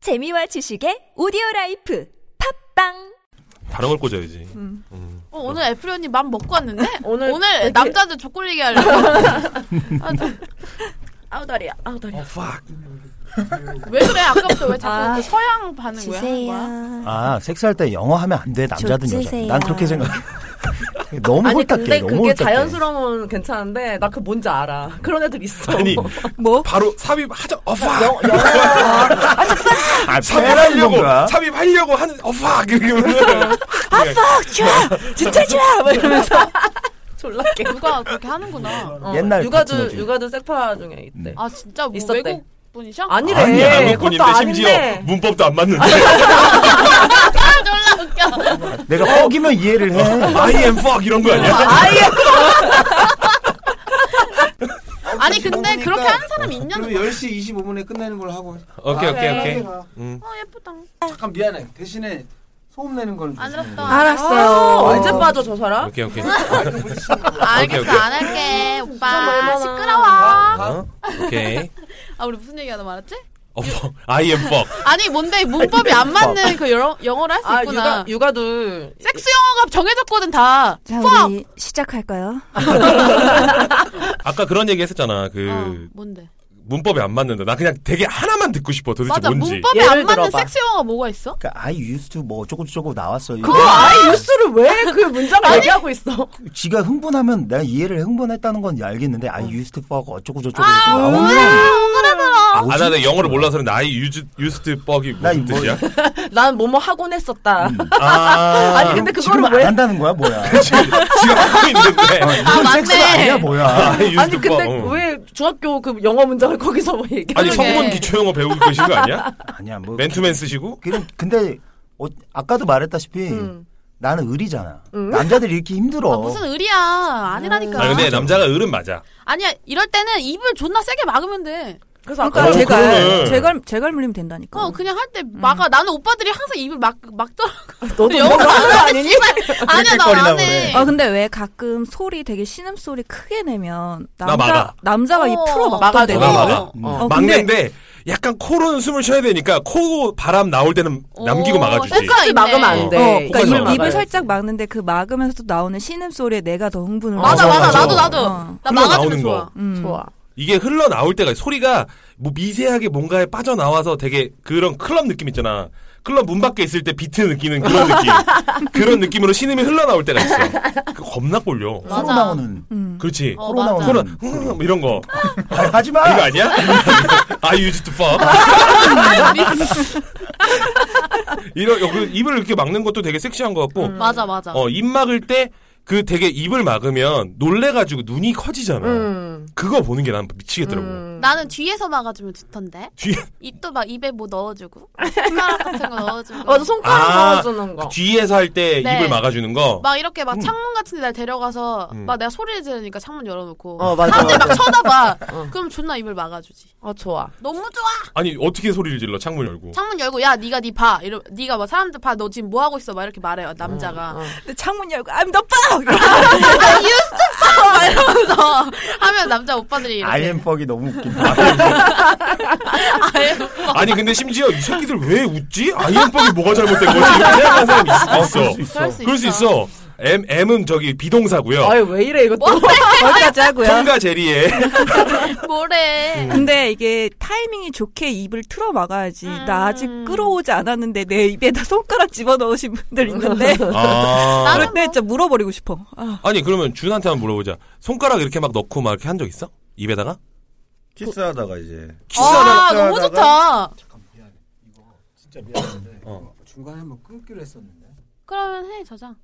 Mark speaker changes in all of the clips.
Speaker 1: 재미와 지식의 오디오 라이프 팝빵
Speaker 2: 다른 걸 꽂아야지.
Speaker 3: 어, 오늘 애플 언니 맘 먹고 왔는데?
Speaker 4: 오늘
Speaker 3: 오늘, 남자들 족골리게 하려고. 아,
Speaker 4: 아우 다리야. 아우 다리야.
Speaker 2: 어,
Speaker 3: 왜 그래? 아까부터 왜 자꾸
Speaker 1: 아,
Speaker 3: 그 서양 반응 왜 하는 거야?
Speaker 1: 주세요.
Speaker 5: 아, 섹스할 때 영어 하면 안 돼. 남자든
Speaker 1: 좀
Speaker 5: 여자든.
Speaker 1: 주세요.
Speaker 5: 난 그렇게 생각해. 너무
Speaker 4: 아니
Speaker 5: 홀딱해.
Speaker 4: 근데
Speaker 5: 너무
Speaker 4: 그게
Speaker 5: 홀딱해.
Speaker 4: 자연스러운 괜찮은데 나 그 뭔지 알아. 그런 애들 있어.
Speaker 2: 아니
Speaker 1: 뭐?
Speaker 2: 바로 삽입하자 어팍
Speaker 5: 아, 패라는
Speaker 2: 삽입하려고
Speaker 5: 건가?
Speaker 2: 삽입하려고 하는 어팍 이러면
Speaker 1: 팍! 줘! 진짜 줘! 막 이러면서.
Speaker 4: 졸라게.
Speaker 3: 누가 그렇게 하는구나.
Speaker 4: 어,
Speaker 5: 옛날
Speaker 4: 육아주
Speaker 5: 파트너지.
Speaker 4: 육아주 섹파 중에 있대.
Speaker 3: 아, 진짜 뭐
Speaker 4: 있었대.
Speaker 3: 외국 분이셔?
Speaker 4: 아니래.
Speaker 2: 아니
Speaker 4: 그것도
Speaker 2: 한국분인데 심지어
Speaker 4: 아닌데.
Speaker 2: 문법도 안 맞는데
Speaker 3: 아, 졸라 웃겨.
Speaker 4: 뭐
Speaker 5: 내가
Speaker 4: 어?
Speaker 5: 뻑이면 이해를 해.
Speaker 2: I am fuck 이런 거 아니야?
Speaker 3: 아니, 근데 그렇게 하는 사람
Speaker 2: 어,
Speaker 3: 있냐는 거야.
Speaker 6: 그럼 10시 25분에 끝내는 걸 하고
Speaker 2: 오케이 오케이
Speaker 3: 그래.
Speaker 2: 오케이.
Speaker 6: 아,
Speaker 3: 어, 예쁘다.
Speaker 6: 잠깐 미안해 대신에 소음 내는 거는
Speaker 3: 안
Speaker 6: 조심해.
Speaker 3: 들었다.
Speaker 4: 어,
Speaker 1: 알았어요.
Speaker 4: 언제 빠져 저 사람?
Speaker 2: 오케이 오케이.
Speaker 6: 아, 뭐
Speaker 3: 아,
Speaker 2: 오케이,
Speaker 3: 알겠어,
Speaker 2: 오케이.
Speaker 3: 안 할게. 오빠,
Speaker 4: 얼마나-
Speaker 3: 시끄러워.
Speaker 2: 어? 오케이.
Speaker 3: 아, 우리 무슨 얘기 하다 말았지?
Speaker 2: 어, fuck. I am fuck.
Speaker 3: 아니, 뭔데, 문법이 안
Speaker 2: 뭐.
Speaker 3: 맞는 그 영어, 영어를 할 수
Speaker 4: 아
Speaker 3: 있구나.
Speaker 4: 육아 육아도
Speaker 3: 섹스 영어가 정해졌거든, 다.
Speaker 1: 자,
Speaker 3: 퍽!
Speaker 1: 우리 시작할까요?
Speaker 2: 아까 그런 얘기 했었잖아. 그
Speaker 3: 어, 뭔데?
Speaker 2: 문법이 안 맞는다. 나 그냥 되게 하나만 듣고 싶어. 도대체
Speaker 3: 맞아,
Speaker 2: 뭔지.
Speaker 3: 문법이
Speaker 4: 예를
Speaker 3: 안 맞는
Speaker 4: 들어봐.
Speaker 3: 섹스 영어가 뭐가 있어?
Speaker 5: 그러니까 I used to 뭐 어쩌고 저쩌고 나왔어. 이거.
Speaker 4: 그거 아예 뉴스를 왜 그 문장을 얘기하고 있어?
Speaker 5: 지가 흥분하면 내가 이해를 해. 흥분했다는 건 알겠는데 I used to fuck 어쩌고 저쩌고
Speaker 3: 아,
Speaker 5: 나오면
Speaker 3: 엉그라들어.
Speaker 2: 아, 나, 나 영어를 몰라서 그래. 나이 유즈 유스트 뻑이
Speaker 5: 나
Speaker 2: 무슨
Speaker 5: 이거 뭐-
Speaker 2: 뜻이야?
Speaker 4: 난 뭐뭐 하곤 했었다.
Speaker 2: 아,
Speaker 4: 아니 근데
Speaker 5: 지금
Speaker 4: 그거를
Speaker 5: 안
Speaker 4: 왜?
Speaker 5: 한다는 거야, 뭐야?
Speaker 2: 지금 하고 있는데.
Speaker 3: 아,
Speaker 5: 섹스 아니야,
Speaker 3: 맞네.
Speaker 5: 뭐야?
Speaker 2: I used
Speaker 4: 아니
Speaker 2: to
Speaker 4: 근데
Speaker 2: fuck. 어.
Speaker 4: 왜 중학교 그 영어 문장을 거기서 뭐 얘기해?
Speaker 2: 아니
Speaker 3: 그러게.
Speaker 2: 성문 기초영어 배우고 계신 거 아니야?
Speaker 5: 아니야, 뭐
Speaker 2: 맨투맨 쓰시고?
Speaker 5: 그럼 근데 어, 아까도 말했다시피
Speaker 4: 음.
Speaker 5: 나는 의리잖아. 남자들이 이렇게 힘들어.
Speaker 3: 아, 무슨 의리야. 아니라니까.
Speaker 1: 그러니까.
Speaker 2: 아 근데 남자가 을은 맞아.
Speaker 3: 아니야, 이럴 때는 입을 존나 세게 막으면 돼.
Speaker 4: 그래서 아까
Speaker 1: 그러니까
Speaker 2: 어,
Speaker 4: 제가
Speaker 1: 제가,
Speaker 2: 그러네. 어,
Speaker 1: 제가, 제가 물리면 된다니까.
Speaker 3: 어, 그냥 할 때 막아. 나는 오빠들이 항상 입을 막, 막더라고.
Speaker 4: 너도
Speaker 3: 영어
Speaker 4: 영어 하는 거 아니니?
Speaker 3: 아니야,
Speaker 2: 그
Speaker 3: 나
Speaker 5: 낄낄거리나
Speaker 3: 안 해.
Speaker 1: 아 근데 왜 가끔 소리 되게 신음 소리 크게 내면
Speaker 2: 나
Speaker 1: 남자
Speaker 2: 막아.
Speaker 1: 남자가
Speaker 3: 어,
Speaker 1: 이 풀어
Speaker 4: 막아줘.
Speaker 1: 막던데
Speaker 2: 나 막아.
Speaker 1: 어, 근데-
Speaker 2: 막는데 약간 코로는 숨을 쉬어야 되니까 코 바람 나올 때는 남기고
Speaker 3: 어,
Speaker 2: 막아주지.
Speaker 3: 섹스
Speaker 4: 입을 막으면 안 돼.
Speaker 1: 어, 그러니까
Speaker 2: 입을
Speaker 1: 입,
Speaker 2: 막아요.
Speaker 1: 입을 살짝 막는데 그 막으면서 나오는 신음 소리에 내가 더 흥분을
Speaker 3: 맞아,
Speaker 2: 어,
Speaker 3: 맞아.
Speaker 2: 맞아.
Speaker 3: 나도, 나도.
Speaker 1: 어.
Speaker 3: 나
Speaker 2: 흘러나오는 거.
Speaker 3: 막아주면 좋아.
Speaker 1: 음.
Speaker 4: 좋아.
Speaker 2: 이게 흘러 나올 때가 있어. 소리가 뭐 미세하게 뭔가에 빠져 나와서 되게 그런 클럽 느낌 있잖아. 클럽 문 밖에 있을 때 비트 느끼는 그런 느낌. 그런 느낌으로 신음이 흘러 나올 때가 있어. 그 겁나 꼴려.
Speaker 5: 코로
Speaker 3: 맞아.
Speaker 5: 나오는
Speaker 1: 음.
Speaker 2: 그렇지.
Speaker 3: 어,
Speaker 5: 코로
Speaker 3: 맞아.
Speaker 2: 코로
Speaker 5: 나오는
Speaker 2: 음, 이런 거
Speaker 5: 아니, 하지 마.
Speaker 2: 이거 아니야? I used to fuck. 이런 그 입을 이렇게 막는 것도 되게 섹시한 것 같고.
Speaker 3: 맞아, 음, 맞아.
Speaker 2: 어, 입 막을 때 그 되게 입을 막으면 놀래가지고 눈이 커지잖아.
Speaker 4: 음.
Speaker 2: 그거 보는 게 난 미치겠더라고.
Speaker 3: 나는 뒤에서 막아주면 좋던데.
Speaker 2: 뒤에,
Speaker 3: 입도 막 입에 뭐 넣어주고. 손가락 같은 거 넣어주고.
Speaker 4: 맞아 손가락
Speaker 2: 아,
Speaker 4: 넣어주는 거.
Speaker 2: 뒤에서 할 때
Speaker 3: 네.
Speaker 2: 입을 막아주는 거.
Speaker 3: 막 이렇게 막 창문 같은 데날 데려가서 막 내가 소리를 지르니까 창문 음. 열어놓고 어.
Speaker 4: 어, 맞아,
Speaker 3: 사람들 막
Speaker 4: 맞아.
Speaker 3: 쳐다봐 그럼 존나 입을 막아주지
Speaker 4: 어 좋아.
Speaker 3: 너무 좋아
Speaker 2: 아니, 어떻게 소리를 질러, 창문 열고.
Speaker 3: 창문 열고 야 네가 네봐 이러 네가 막 사람들 봐 너 지금 뭐 하고 있어 막 이렇게 말해요 남자가
Speaker 1: 근데 창문 열고 I'm the fuck!
Speaker 3: 막 이러면서 하면 남자 오빠들이 이렇게
Speaker 5: I am fuck이 너무 웃긴다.
Speaker 2: 아니, 근데 심지어 이 새끼들 왜 웃지? 아이언빵이 뭐가 잘못된 거지? 이렇게 생각하는 사람이 있을 수도 있어.
Speaker 3: 그럴 수 있어
Speaker 2: 그럴 수 있어. M, M은 저기 비동사고요
Speaker 4: 아유 왜 이래 이것도.
Speaker 1: 거기까지 하고요.
Speaker 2: 통과 제리에.
Speaker 3: 뭐래
Speaker 1: 근데 이게 타이밍이 좋게 입을 틀어 막아야지. 나 아직 끌어오지 않았는데 내 입에다 손가락 집어넣으신 분들 있는데.
Speaker 2: 아.
Speaker 1: 그런데 진짜 물어버리고 싶어. 아,
Speaker 2: 아니, 그러면 준한테 한번 물어보자. 손가락 이렇게 막 넣고 막 이렇게 한 적 있어? 입에다가?
Speaker 7: 키스하다가 이제
Speaker 3: 아 너무 좋다
Speaker 6: 진짜 미안한데
Speaker 2: 어.
Speaker 6: 중간에 한번 끊기로 했었는데
Speaker 3: 그러면 해 저장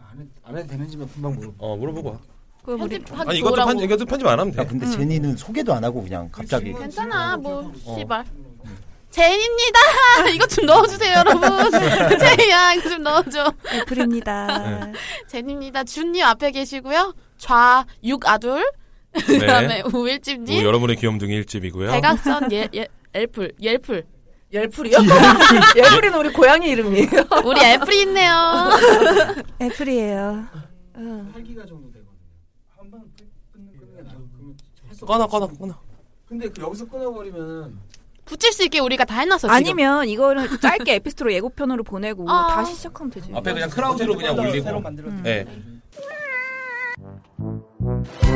Speaker 6: 안, 해, 안 해도 되는지만 금방 물어봐
Speaker 2: 어, 물어보고 와.
Speaker 1: 그 우리
Speaker 3: 편집하기
Speaker 2: 아니, 이것도
Speaker 3: 좋으라고.
Speaker 2: 편, 이것도 편집 안 하면 돼.
Speaker 5: 야, 근데 제니는 소개도 안 하고 그냥 갑자기
Speaker 2: 어.
Speaker 3: 괜찮아 뭐 씨발 제인입니다 이것 좀 넣어주세요 여러분 제이야 이거 좀 넣어줘
Speaker 1: 애플입니다.
Speaker 3: 제인입니다 준님 앞에 계시고요 좌육 아둘 그다음에
Speaker 2: 뭐,
Speaker 3: 우일집님
Speaker 2: 여러분의 귀염둥이 일집이고요
Speaker 3: 대각선 예, 예, 엘플 옐플
Speaker 4: 열풀이요? 열풀이는 우리 고양이 이름이에요.
Speaker 3: 우리 애플이 있네요
Speaker 1: 애플이에요.
Speaker 6: 8기가 정도 되거든요 한번 끊는 게 나아 그러면 할수 없어.
Speaker 2: 꺼놔, 꺼놔, 꺼놔.
Speaker 6: 근데 그 여기서 끊어버리면
Speaker 3: 붙일 수 있게 우리가 다 해놨어. 지금.
Speaker 1: 아니면 이거를 짧게 에피스트로 예고편으로 보내고
Speaker 3: 아.
Speaker 1: 다시 시작하면 되지.
Speaker 2: 네. 앞에 그냥 크라우드로 그냥 올리고.
Speaker 6: 새로 만들었
Speaker 2: 예.